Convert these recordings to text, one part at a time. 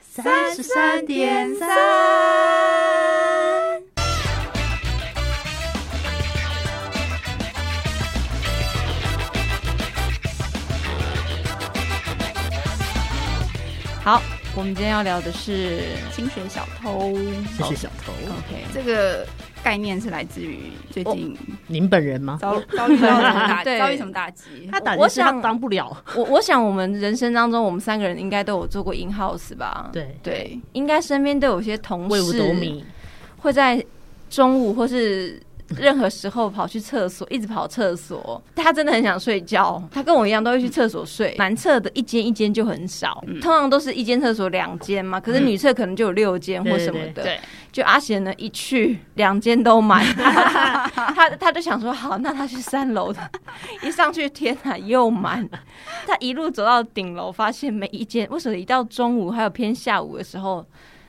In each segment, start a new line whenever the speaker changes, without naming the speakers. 三十三点三。
好，我们今天要聊的是
清水小偷，
这是小偷，
OK，
这个概念是来自于最近
您本人吗？
遭遭遇到什么 打
对
遭遇什么打击？
他打
我
的是他
想
当 不了，
我我想我们人生当中，我们三个人应该都有做过 in house 吧？
对，
对，
应该身边都有些同
为五斗
事
米，
会在中午或是任何时候跑去厕所，一直跑厕所。他真的很想睡觉，他跟我一样都会去厕所睡。男厕的一间一间就很少，
嗯
通常都是一间厕所两间嘛，可是女厕可能就有六间或什么的。
对对对
就阿贤呢一去两间都满， 他他就想说好，那他去三楼的， 一上去天哪又满。他一路走到顶楼，发现每一间为什么一到中午还有偏下午的时候，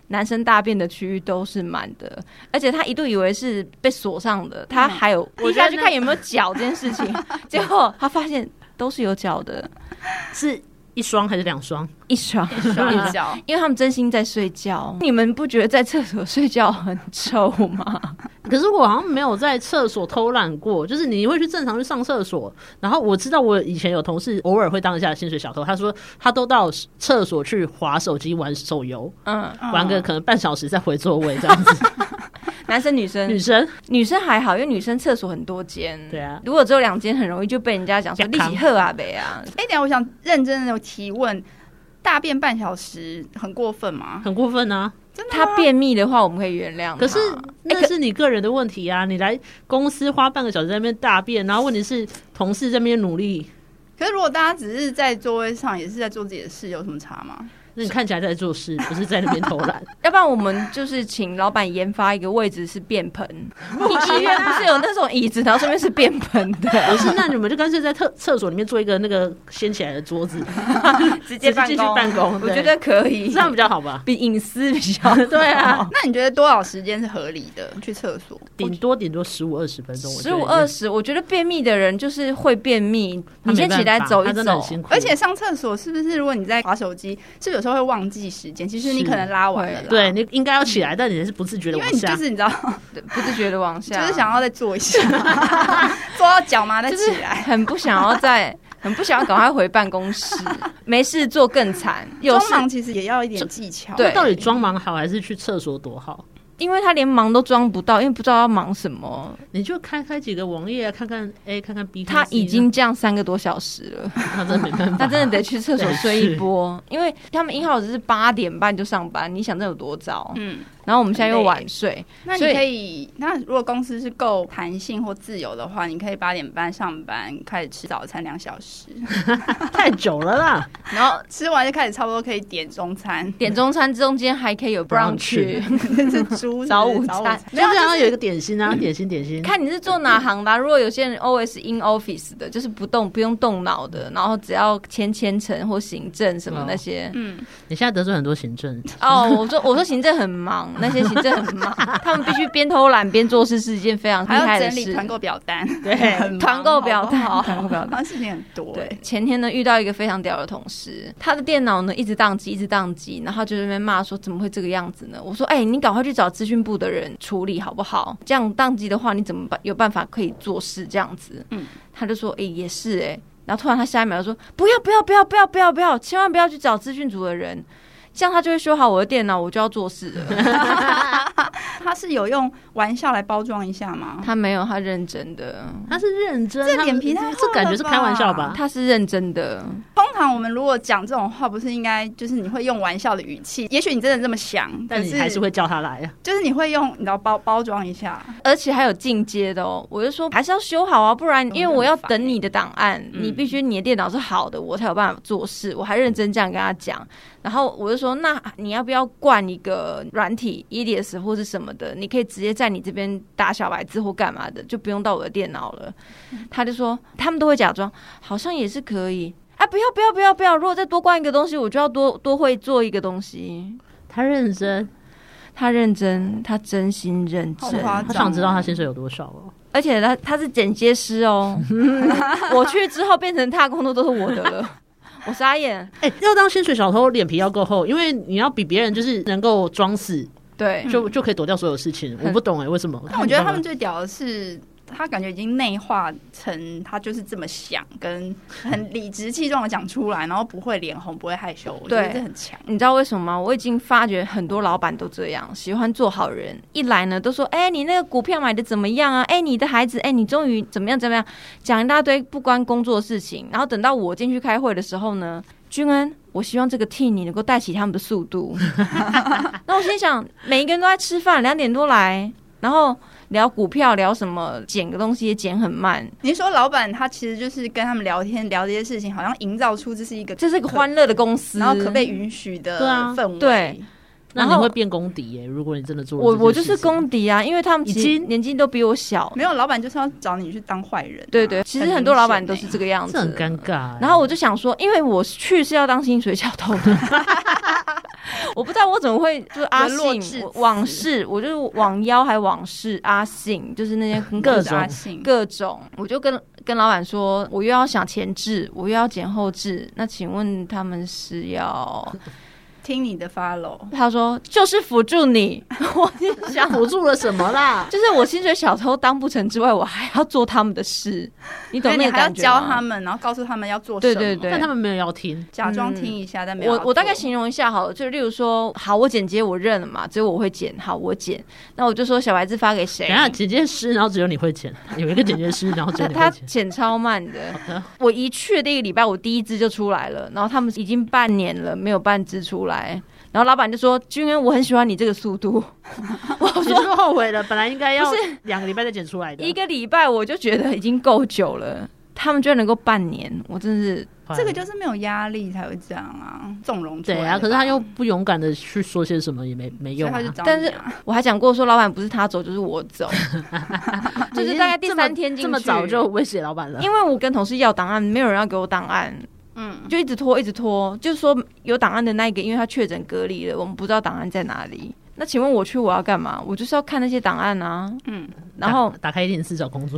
男生大便的区域都是满的，而且他一度以为是被锁上的，他还有
我
一下
觉得
去
那
看有没有脚这件事情，结果他发现都是有脚的，
是一双还是两双？
一双。
双一脚，
因为他们真心在睡觉，你们不觉得在厕所睡觉很臭吗？
可是我好像没有在厕所偷懒过，就是你会去正常去上厕所，然后我知道我以前有同事偶尔会当一下薪水小偷，他说他都到厕所去划手机玩手游，
嗯，
玩个可能半小时再回座位这 样子。
男生女生
女生
女生还好，因为女生厕所很多间，
对啊
如果只有两间，很容易就被人家讲说
要
立
扛
起喝啊呗啊，
哎、等一下我想认真的提问，大便半小时很过分吗？
很过分啊，
真的吗
他便秘的话，我们可以原谅他。
可是
哎
那是你个人的问题啊，你来公司花半个小时在那边大便，然后问题是同事在那边努力，
可是如果大家只是在座位上，也是在做自己的事，有什么差吗？
那你看起来在做事，不是在那边偷懒。
要不然我们就是请老板研发一个位置是便盆，
啊
医院不是有那种椅子，然后上面是便盆
不
的，
是，那你们就干脆在厕厕所里面做一个那个掀起来的桌子，
直
接办公直接去办公
我
对
觉得可以，
这样比较好吧？
比隐私比较
对啊，
那你觉得多少时间是合理的？去厕所？
顶多顶多十五二十分钟，
十五二
十，
十，我觉得便秘的人就是会便秘，你先起来走一
他真的
走
很。辛苦，
而且上厕所是不是？如果你在划手机，是不是有时候会忘记时间？其实你
是
可能拉完了啦，
对你应该要起来，但你是不自觉的
因为
往
你
下
就。是你知道，
对不自觉的往
就
下，
是想要再坐一 下，坐到脚麻再
就
起
是
来。
很不想要 在，很不想要赶快回办公室，没事做更惨。有
装
事，
忙其实也要一点技巧，
对
到底装忙好还是去厕所多好？
因为他连忙都装不到，因为不知道要忙什么。
你就开开几个网页啊，看看 A，看看 B，看
他
看 C
已经这样三个多小时了，
那真的没办法，
他真的得去厕所
对
睡一
是
波，因为他们一号只是八点半就上班，你想这有多早？
嗯，
然后我们现在又
很累
晚睡，
那
所以
你可以，那如果公司是够弹性或自由的话，你可以八点半上班，开始吃早餐两小时，
太久了啦。
然后吃完就开始差不多可以点中餐，
点中餐中间还可以有 brunch，
这是猪是
早
不
午
是
餐
没有，然后有一个点心啊，点心点 心，
看你是做哪行的啊、如果有些人 always in office 的，就是不动不用动脑的，然后只要签签呈或行政什么那些。
嗯，
你现在得罪很多行政，
哦，我说我说行政很忙，那些行政很忙，他们必须边偷懒边做事是一件非常厉
还
害
要
的
整理
事。
团购表单，
对
很 忙
团购表单
好不好
团购表单
好像事情很多，欸
对，，前天呢遇到一个非常屌的同事，他的电脑呢一直宕机，一直宕机，然后就在那边骂说怎么会这个样子呢？我说哎、你赶快去找资讯部的人处理好不好？这样宕机的话，你怎么办？有办法可以做事这样子？
嗯，
他就说哎、也是哎、然后突然他下一秒就说不要不要不要不要不要不要，千万不要去找资讯组的人。这样他就会修好我的电脑，我就要做事了。
他是有用玩笑来包装一下吗？
他没有，他认真的，
他是认真，
这
他
脸皮太厚了
这感觉是开玩笑
吧
吧？
他是认真的。
通常我们如果讲这种话，不是应该就是你会用玩笑的语气，也许你真的这么想，
但
可
你还是会叫他来啊。
就是你会用你知道包包装一下，
而且还有进阶的哦，我就说还是要修好啊，不然因为我要等你的档案，
嗯
你必须你的电脑是好的，我才有办法做事。我还认真这样跟他讲，然后我就说，那你要不要灌一个软体 EDS 或是什么的？你可以直接在你这边打小白字或干嘛的，就不用到我的电脑了。
嗯
他就说，他们都会假装，好像也是可以。啊！不要不要不要不要！如果再多灌一个东西，我就要多多会做一个东西。
他认真，
他认真，他真心认真
好。夸
他
张
想知道他薪水有多少哦。
而且他他是剪接师哦，我去之后变成他的工作都是我的了。我傻眼，
哎、要当薪水小偷，脸皮要够厚，因为你要比别人就是能够装死，
对，
就就可以躲掉所有事情。
很
我不懂哎、为什么？
但我觉得他们最屌的是，他感觉已经内化成他就是这么想，跟很理直气壮的讲出来，然后不会脸红，不会害羞，我觉得
对
这很强。
你知道为什么吗？我已经发觉很多老板都这样，喜欢做好人。一来呢，都说：“哎、你那个股票买的怎么样啊？哎、你的孩子，哎、你终于怎么样怎么样？”讲一大堆不关工作的事情。然后等到我进去开会的时候呢，君恩，我希望这个 team 你能够带起他们的速度。 那我心想，每一个人都在吃饭，两点多来，然后聊股票，聊什么，捡个东西也捡很慢，
你是说老板他其实就是跟他们聊天聊这些事情，好像营造出这是一个
这是一个欢乐的公司，
然后可被允许的
对啊
氛围。
对
那
然
你
后
会变公敌耶、如果你真的做了
我
这件
我就是
事情
公敌啊，因为他们
已
其实
经
年纪都比我小，
没有老板就是要找你去当坏人啊、
对对，其实很多老板都是
明显欸
这个样子，
这很尴尬、
欸
欸
然后我就想说，因为我去是要当薪水小偷的， 我不知道我怎么会就是阿
沦落至
信
此
我往事，我就是网妖还往事阿信，就是那些很
各
我
恐
是
怖
啊
的
阿
阿信
信
各种，我就跟跟老板说，我又要想前置，我又要剪后置，那请问他们是要？
听你的 follow，
他说就是辅助你，我就想
想辅助了什么啦？
就是我薪水小偷当不成之外，我还要做他们的事，你懂
因为
那个
你还要
感觉吗
教他们，然后告诉他们要做什
对
么，
对 对嗯
但他们没有要听，
假装听一下，但没有要
我
做。
我大概形容一下好了，就例如说，好，我剪接我认了嘛，只有我会剪，好，我剪。那我就说小白字发给谁
等一？下剪接师，然后只有你会剪，有一个剪接师，然后只有
他
你会
他
剪。
剪超慢
的
的，我一去那个礼拜，我第一支就出来了，然后他们已经半年了没有半支出来，然后老板就说：“君恩，我很喜欢你这个速 度。
我是不是后悔了？本来应该要
不
两个礼拜再剪出来”的。
一个礼拜我就觉得已经够久了，他们居然能够半年，我真是
坏了
这个就是没有压力才会这样啊，纵容出来
对
的吧
啊，可是他又不勇敢的去说些什么，也没没
所以
用、啊
他 就。找
但
你
是
啊
我还讲过说，老板不是他走就是我走，就是大概第三天进去
这么早就威胁老板 了，
因为我跟同事要档案，没有人要给我档案，
嗯，
就一直拖，一直拖，就是说有档案的那一个，因为他确诊隔离了，我们不知道档案在哪里。那请问我去我要干嘛？我就是要看那些档案啊。
嗯，
然后
打打开一零四找工作，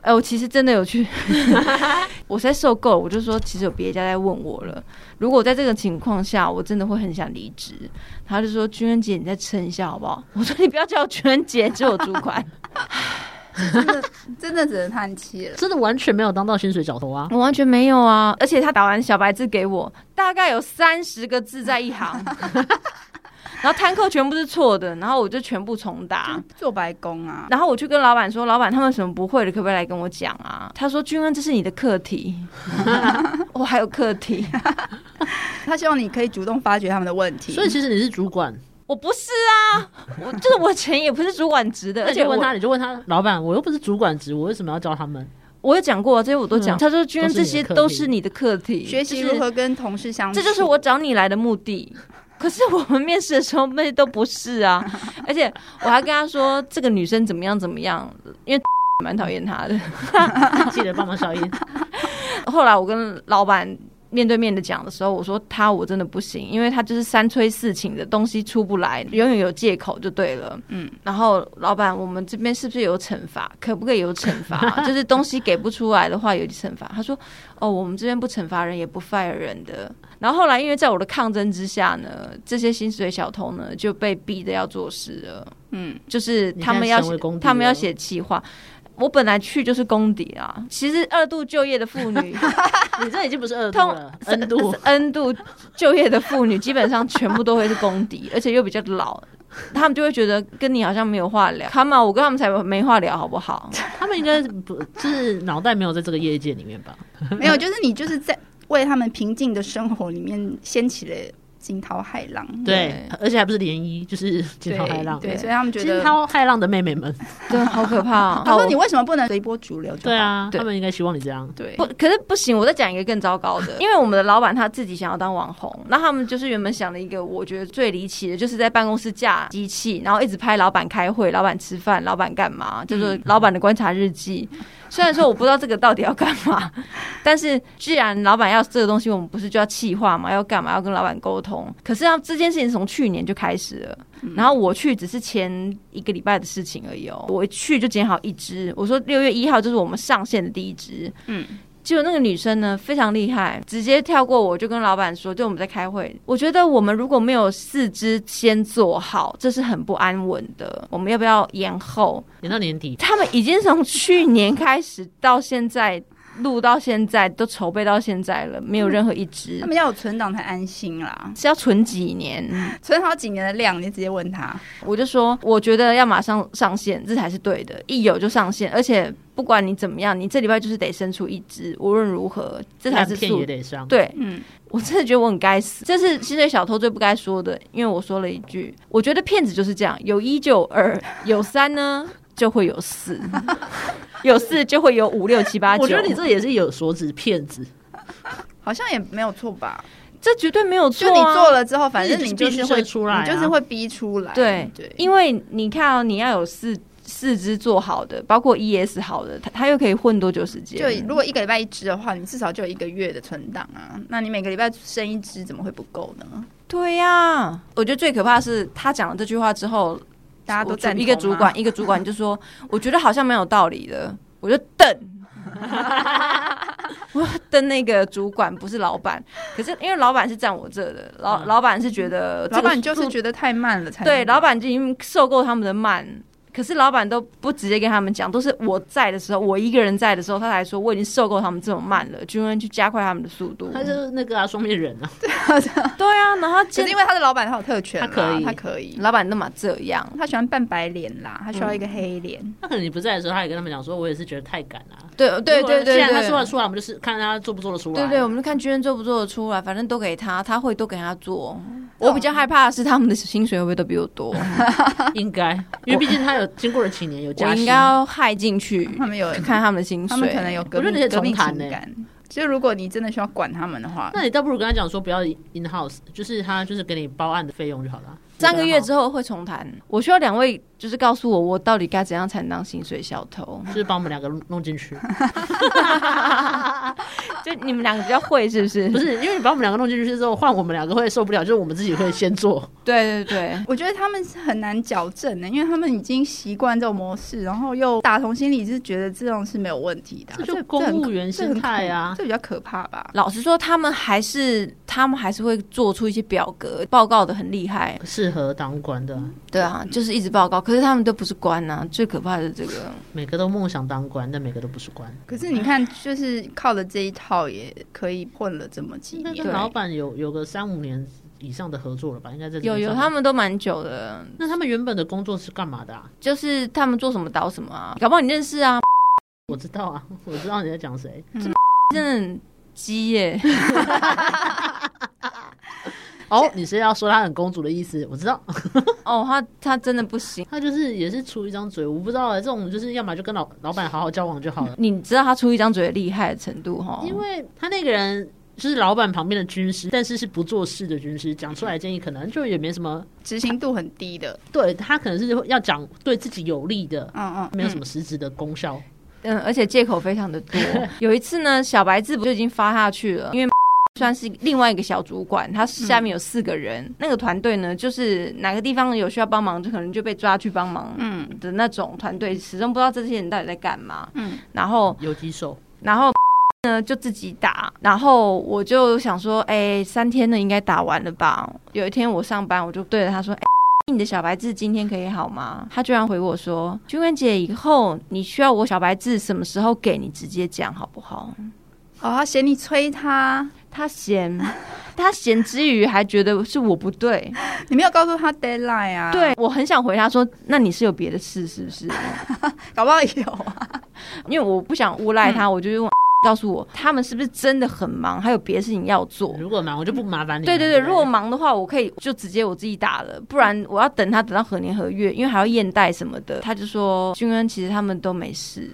哎、我其实真的有 去，我实在受够了，我就说其实有别家在问我了。如果在这个情况下，我真的会很想离职。他就说：“君恩姐，你再撑一下好不好？”我说：“你不要叫我君恩姐，只有主管。
真的真的只能叹气了。
真的完全没有当到薪水小偷啊”！
我完全没有啊，而且他打完小白字给我，大概有三十个字在一 行，然后摊扣全部是错的，然后我就全部重打。
做白工啊，
然后我去跟老板说：“老板，他们什么不会的，可不可以来跟我讲啊？”他说：“君恩，这是你的课 题，我还有课题，
他希望你可以主动发掘他们的问题，
所以其实你是主管，
我不是啊，我就是我钱也不是主管职的，
而
而
且
且
问
我
他，你就问他，老板，我又不是主管职，我为什么要教他们？
我有讲过啊，这些我都讲。
嗯
他说：“君恩，
都
这
是你
些
的课题
都是你的课题，
学习
就是
如何跟同事相处，
这就是我找你来的目的。可是我们面试的时候，那些都不是啊。而且我还跟他说，这个女生怎么样怎么样，因为 蛮讨厌她的。
记得帮忙消音。
后来我跟老板面对面的讲的时候，我说她我真的不行，因为她就是三催四请的东西出不来，永远有借口就对了。
嗯，
然后老板，我们这边是不是有惩 罚？可不可以有惩罚？就是东西给不出来的话有惩罚。他说：“哦，我们这边不惩罚人，也不 fire 人的。”然后后来，因为在我的抗争之下呢，这些薪水小偷呢就被逼的要做事了，
嗯，
就是他们
你看
要
成为公敌了
他们要写企划。我本来去就是公敌啊，其实二度就业的妇女
你这已经不是二度
通
了，N 度。
N 度就业的妇女基本上全部都会是公敌，而且又比较老，他们就会觉得跟你好像没有话聊。他们，我跟他们才没话聊，好不好？
他们应该不就是脑袋没有在这个业界里面吧？
没有，就是你就是在为他们平静的生活里面掀起了惊涛骇浪，
对
对，
而且还不是涟漪，就是惊涛骇浪。
对，
对
所以他们觉
惊
得，
涛骇浪的妹妹们，
真的好可怕、哦。
他说你为什么不能随波逐流就好？
对啊，
对
他们应该希望你这样。
对，
不，可是不行，我再讲一个更糟糕的，因为我们的老板他自己想要当网红，那他们就是原本想了一个我觉得最离奇的，就是在办公室架机器，然后一直拍老板开会、老板吃饭、老板干嘛，就是老板的观察日记。虽然说我不知道这个到底要干嘛，但是既然老板要这个东西，我们不是就要气化嘛，要干嘛，要跟老板沟通。可是啊，这件事情从去年就开始了，然后我去只是前一个礼拜的事情而已哦，我一去就剪好一支，我说六月一号就是我们上线的第一支，
嗯，
结果那个女生呢非常厉害，直接跳过我就跟老板说，就我们在开会，我觉得我们如果没有四肢先做好，这是很不安稳的，我们要不要延后？
演到年底，
他们已经从去年开始到现在。录到现在都筹备到现在了，没有任何一支
他，们要有存档才安心啦，
是要存几年？
存好几年的量，你直接问他。
我就说，我觉得要马上上线，这才是对的。一有就上线，而且不管你怎么样，你这礼拜就是得生出一只，无论如何，这才
烂
是
片
速
也。得上。
对
嗯，
我真的觉得我很该死，这是薪水小偷最不该说的，因为我说了一句，我觉得骗子就是这样，有一就有二，有三呢 就会有四， 有四就会有五六七八九。
我觉得你这也是有所指骗子，
好像也没有错吧？
这绝对没有错、
就
啊，
你做了之后，反正
你
你
就
就
是必须
是会
生出来啊
你就是会逼出来。
对
对，
因为你看哦，你要有四四肢做好的，包括 ES 好的，它它又可以混多久时间？
就如果一个礼拜一只的话，你至少就有一个月的存档啊。那你每个礼拜生一只，怎么会不够呢？
对呀、我觉得最可怕的是他讲了这句话之后，
大家都
我主
赞同啊
一个主管，一个主管就说，我觉得好像蛮有道理的，我就瞪。 我瞪那个主管不是老板，可是因为老板是站我这的，老
嗯
老板是觉得这
老
个
板就是觉得太慢了才
对，
能
老板就已经受够他们的慢，可是老板都不直接跟他们讲，都是我在的时候，我一个人在的时候，他才说我已经受够他们这种慢了，就应该去加快他们的速度。
他就是那个啊双面人啊，
对啊，然后
可
见
是因为他的老板他有特权啦，
他可以
他可以，
老板那么这样，
他喜欢扮白脸啦，他需要一个黑脸。
那可能你不在的时候，他也跟他们讲说，我也是觉得太赶了、
对对
如果
对对
既然他说
对
得。出来，我们就是看他做不做得出来。
对对，我们就看军人做不做得出来，反正都给他，他会都给他做。
对
我比较害怕的是他们的薪水会不会都比我多，
应该，因为毕竟他有经过了几年有
我
加
应
薪
该，要害进去，
他们有，
看他们的薪水。
他们可能有革
我觉
命
得你可以
革命
重谈
情
呢
感。就如果你真的需要管他们的话，
那你倒不如跟他讲说不要 in house，就是他就是给你包案的费用就好了。啊
三个月
后
之后会重谈。我需要两位，就是告诉我，我到底该怎样才能当薪水小偷？
就是把我们两个弄进去，
就你们两个比较会，是不是？
不，是因为你把我们两个弄进去之后，换我们两个会受不了，就是我们自己会先 做。
啊对对对，
我觉得他们是很难矫正的，因为他们已经习惯这种模式，然后又打从心里是觉得这种是没有问题的啊、
这就
很
公务员
这很
心态啊
这很恐这比较可怕吧？
老实说，他们还是他们还是会做出一些表格，报告的很厉害。
适合当官的，
对啊，就是一直报告，可是他们都不是官啊。最可怕的是这个，
每个都梦想当官，但每个都不是官。
可是你看，就是靠着这一套也可以混了这么几
应该
年
跟，老板有有个三五年以上的合作了吧？应该在这边
有有
上
他。们都蛮久的，
那他们原本的工作是干嘛的啊？
就是他们做什么倒什么啊，搞不好你认识啊，
我知道啊， 我知道你在讲谁。
真的很鸡耶、
哦，你是要说他很公主的意思？我知道，
哦，他他真的不行。
他就是也是出一张嘴，我不知道啊、这种就是要么就跟老老板好好交往 就好了，
你知道他出一张嘴的厉害的程度哈？
因为他那个人。就是老板旁边的军师，但是是不做事的军师，讲出来的建议可能就也没什么。
执行度很低的，
对他可能是要讲对自己有利的，
嗯嗯，
没有什
么。
么实质的功效。
嗯，而且借口非常的 多。有一次呢，小白字不就已经发下去了，因为 算是另外一个小主管，他下面有四个人，
嗯
那个团队呢，就是哪个地方有需要帮忙，就可能就被抓去帮忙。
嗯
的那种团队，始终不知道这些人到底在干嘛。
嗯，
然后，
有几手，
然后 呢就自己打。然后我就想说，哎、三天呢应该打完了吧？有一天我上班，我就对着他说，哎、你的小白字今天可以好吗？他居然回我说：“君文姐，以后你需要我小白字什么时候给你，直接讲好不好
哦，他嫌你催他，？”
他嫌 他嫌之余，还觉得是我不对。
你没有告诉他 deadline 啊？，
对我很想回答说：“那你是有别的事是 不是？”
搞不好有啊。
因为我不想诬赖他，我就用 告诉我他们是不是真的很忙，还有别的事情要做。
如果忙我就不麻烦你了。
对对对，
不
如果忙的话，我可以就直接我自己打了，不然我要等他等到合年合月，因为还要验贷什么的。他就说，君恩其实他们都没事，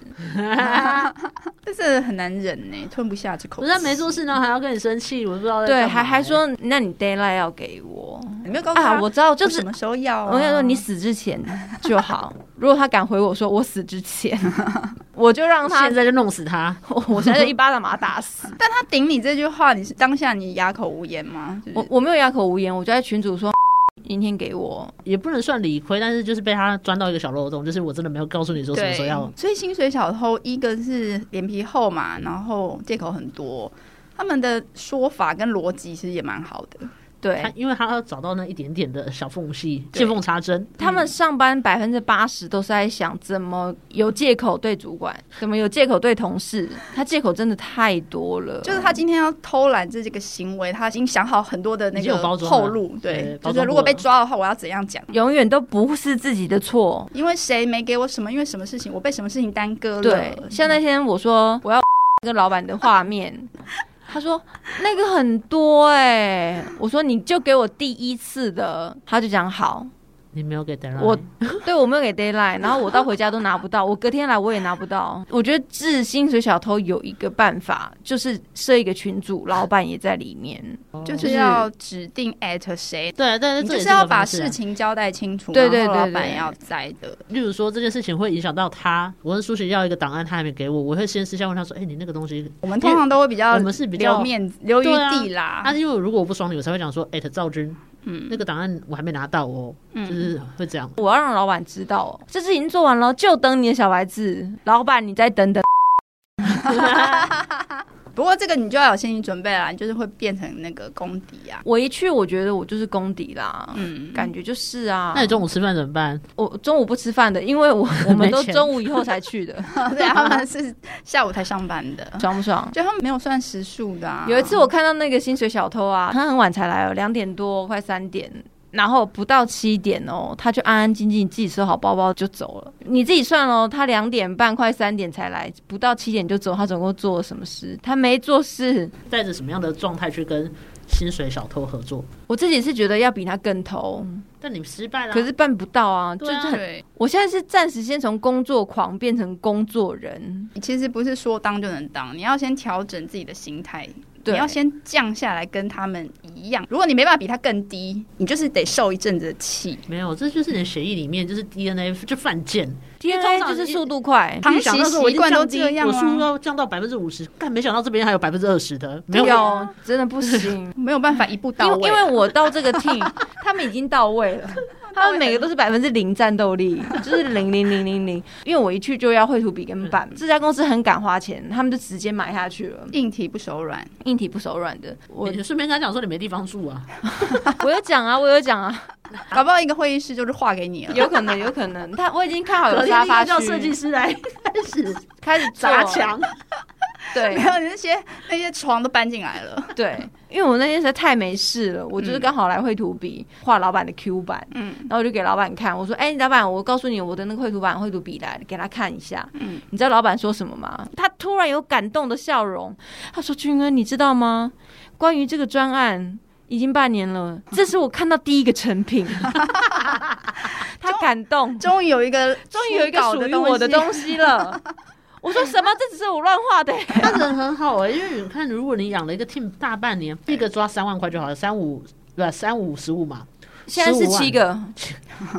但是很难忍呢，吞不下这口
不
气。
是他啊没做事呢，还要跟你生气，我不知道在
对，
干嘛
还还说，那你 d a y l i g h t 要给我
你没有告诉他，
啊，我知道，就
我
是
什么时候要啊？
我跟你说，你死之前就 好。如果他敢回我说我死之前， 我就让他
现，在就弄死他。
我我现在 就一巴掌把他打死。
但他顶你这句话，你是当下你哑口无言吗？是不
我
是
我没有哑口无言，我就在群主说。 明天给我。
也不能算理亏，但是就是被他钻到一个小漏洞，就是我真的没有告诉你说什么时候要。
所以薪水小偷一个是脸皮厚嘛，然后借口很多，他们的说法跟逻辑其实也蛮好
嗯
的。
对
他，因为他要找到那一点点的小缝隙，
对
见缝插针。
他
嗯
们上班百分之八十都是在想怎么有借口对主管，怎么有借口对同事，他借口真的太多了。
就是他今天要偷懒这这个行为，他已经想好很多的那
已经
个
有包装了
后路，
对
对，
包
就
装
是
过
如果被
了
抓的话，我要怎样讲？
永远都不是自己的错。
因为谁没给我什么？因为什么事情？我被什么事情耽搁了？
对，像那天我说我要 跟老板的画面， 他说那个很多哎、我说你就给我第一次的，他就讲好，
你没有给 d e
我对我没有给 d a y l i g h t 然后我到回家都拿不到，我隔天来我也拿不到。我觉得治薪水小偷有一个办法，就是设一个群组，老板也在里面。
就是要指定 at 谁，
对，但
你
是
就
这也
是
一
要
个
把
方式啊
事，情交代清楚，
对
然后
对对
老
对
板要在的。
例如说这件事情会影响到他，我跟苏琪要一个档案，他还没给我，我会先私下问他说：“哎、你那个东西
我们通常都会比较
我们是比较
留面子、留余
对啊
地啦。
啊，因为如果我不爽你，我才会讲说，哎、赵军，
嗯
那个档案我还没拿到哦，就是会这 样。
我要让老板知道哦，这事已经做完了，就等你的小白字。老板，你再等等。
不过这个你就要有心理准备啦，你就是会变成那个公敌啊。
我一去，我觉得我就是公敌啦。
嗯，
感觉就是啊，
那你中午吃饭怎么办？
我中午不吃饭的，因为我我们都
没钱
中午以后才去的，
对啊，他们是下午才上班的，
爽不爽？
就他们没有算时数的、啊。
有一次我看到那个薪水小偷啊，他很晚才来哦，两点多快三点，然后不到七点哦，他就安安静静自己收好包包就走了。你自己算哦，他两点半快三点才来，不到七点就走，他总共做了什么事？他没做事。
带着什么样的状态去跟薪水小偷合作？
我自己是觉得要比他更投，
但你失败了啊，
可是办不到啊，就
对
是
啊
很。
对，
我现在是暂时先从工作狂变成工作人，
其实不是说当就能当，你要先调整自己的心态，
对，
你要先降下来跟他们一样。如果你没办法比他更低，你就是得受一阵子的气。
没有，这就是你的协议里面就是 DNA 就犯贱。
DNA 就是速度快，
长
预想
期
到说我
习
已经
惯都
降低
这样
我速度
啊，
要降到百分之五十，但没想到这边还有百分之二十的，没有。
有真的不 行。
没有办法一步
因
到
为
位
因
啊、
为我到这个 team，他们已经到位了，他们每个都是百分之零战斗 力，就是零零零零零。因为我一去就要绘图笔跟板，这家公司很敢花钱，他们就直接买下去了，
硬体不手软，
硬体不手软的。我
你顺便跟他讲说你没地方住啊，
我有讲啊，我有讲啊，
搞不好一个会议室就是划给你了。
有可能有可能，他我已经看好
隔
有
天
沙
立刻
发
叫设计
区，
师来开始
开始
砸
做，
墙。
对
没有那些那些床都搬进来了，
对。因为我那天实在太没事了，我就是刚好来绘图笔画老板的 Q 版，
嗯
然后我就给老板看，我说：“哎、老板，我告诉你我的那个绘图板、绘图笔来，给他看一下。”
嗯
你知道老板说什么吗？他突然有感动的笑容，他说：“君恩，你知道吗？关于这个专案。”已经半年了，这是我看到第一个成 品，他感动，
终于有一个
终于有一个
初稿
属于
东西
我的东西了。我说什么？这只是我乱画的、
他人很好哎、因为你看，如果你养了一个 team 大半年，一个抓三万块就好了，三五对三五十五嘛，
现在是七个，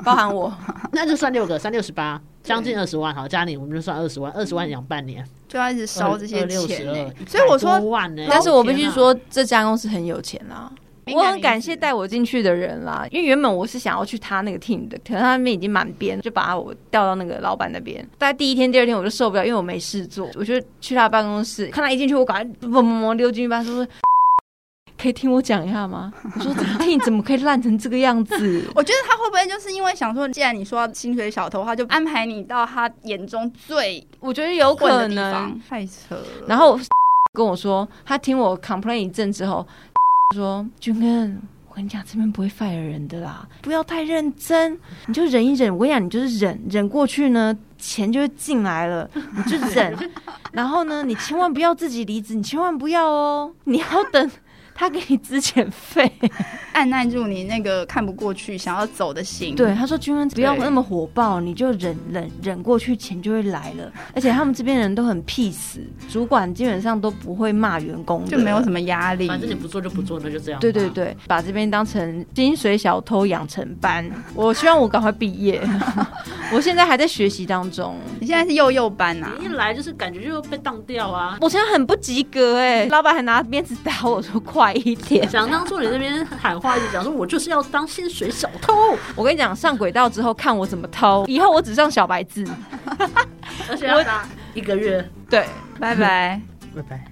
包含我。
那就算六个，三六十八，将近二十万，好，加你我们就算二十万，二十万养半年，
就要一直烧这些钱呢、
呢、
所以我
100
说
多万呢、
但是我必须
天啊，
说，这家公司很有钱啦。
哦敏
我
感
很感
因
谢
子
带我进去的人啦，因为原本我是想要去他那个 team 的，可能他那边已经满编，就把我调到那个老板那边。大概第一天、第二天我就受不了，因为我没事做，我就去他办公室，看他一进去，我赶快嘣嘣嘣溜进去办公室， 可以听我讲一下吗？我说这个 team 怎么可以烂成这个样 子？
我觉得他会不会就是因为想说，既然你说薪水小偷，他就安排你到他眼中最
我觉得有
混
可
的地
能，
方，太扯了。
然后 跟我说，他听我 complain 一阵之后， 说：“君恩，我跟你讲，这边不会 fire 人的啦，不要太认真，你就忍一忍。我跟你讲，你就是忍忍过去呢，钱就会进来了，你就忍。然后呢，你千万不要自己离职，你千万不要哦，你要等 他给你资遣费。
按耐住你那个看不过去、想要走的心。
对，，他说：“君恩，不要
对
那么火爆，你就忍忍忍过去，钱就会来了。而且他们这边人都很 peace，主管基本上都不会骂员工的，
就没有什么压力。
反正你不做就不做，那就这样。
对对，对，把这边当成薪水小偷养成班。我希望我赶快毕业， 我现在还在学习当中。
你现在是幼幼班呐、
你一来就是感觉就被当掉啊。
嗯我现在很不及格哎、老板还拿鞭子打我说快快一 点。
想当初你那边喊话，一直讲说我就是要当薪水小偷，
我跟你讲，上轨道之后看我怎么偷，以后我只上小白字。
而且
要
打一个月。
对，
拜拜。
拜拜。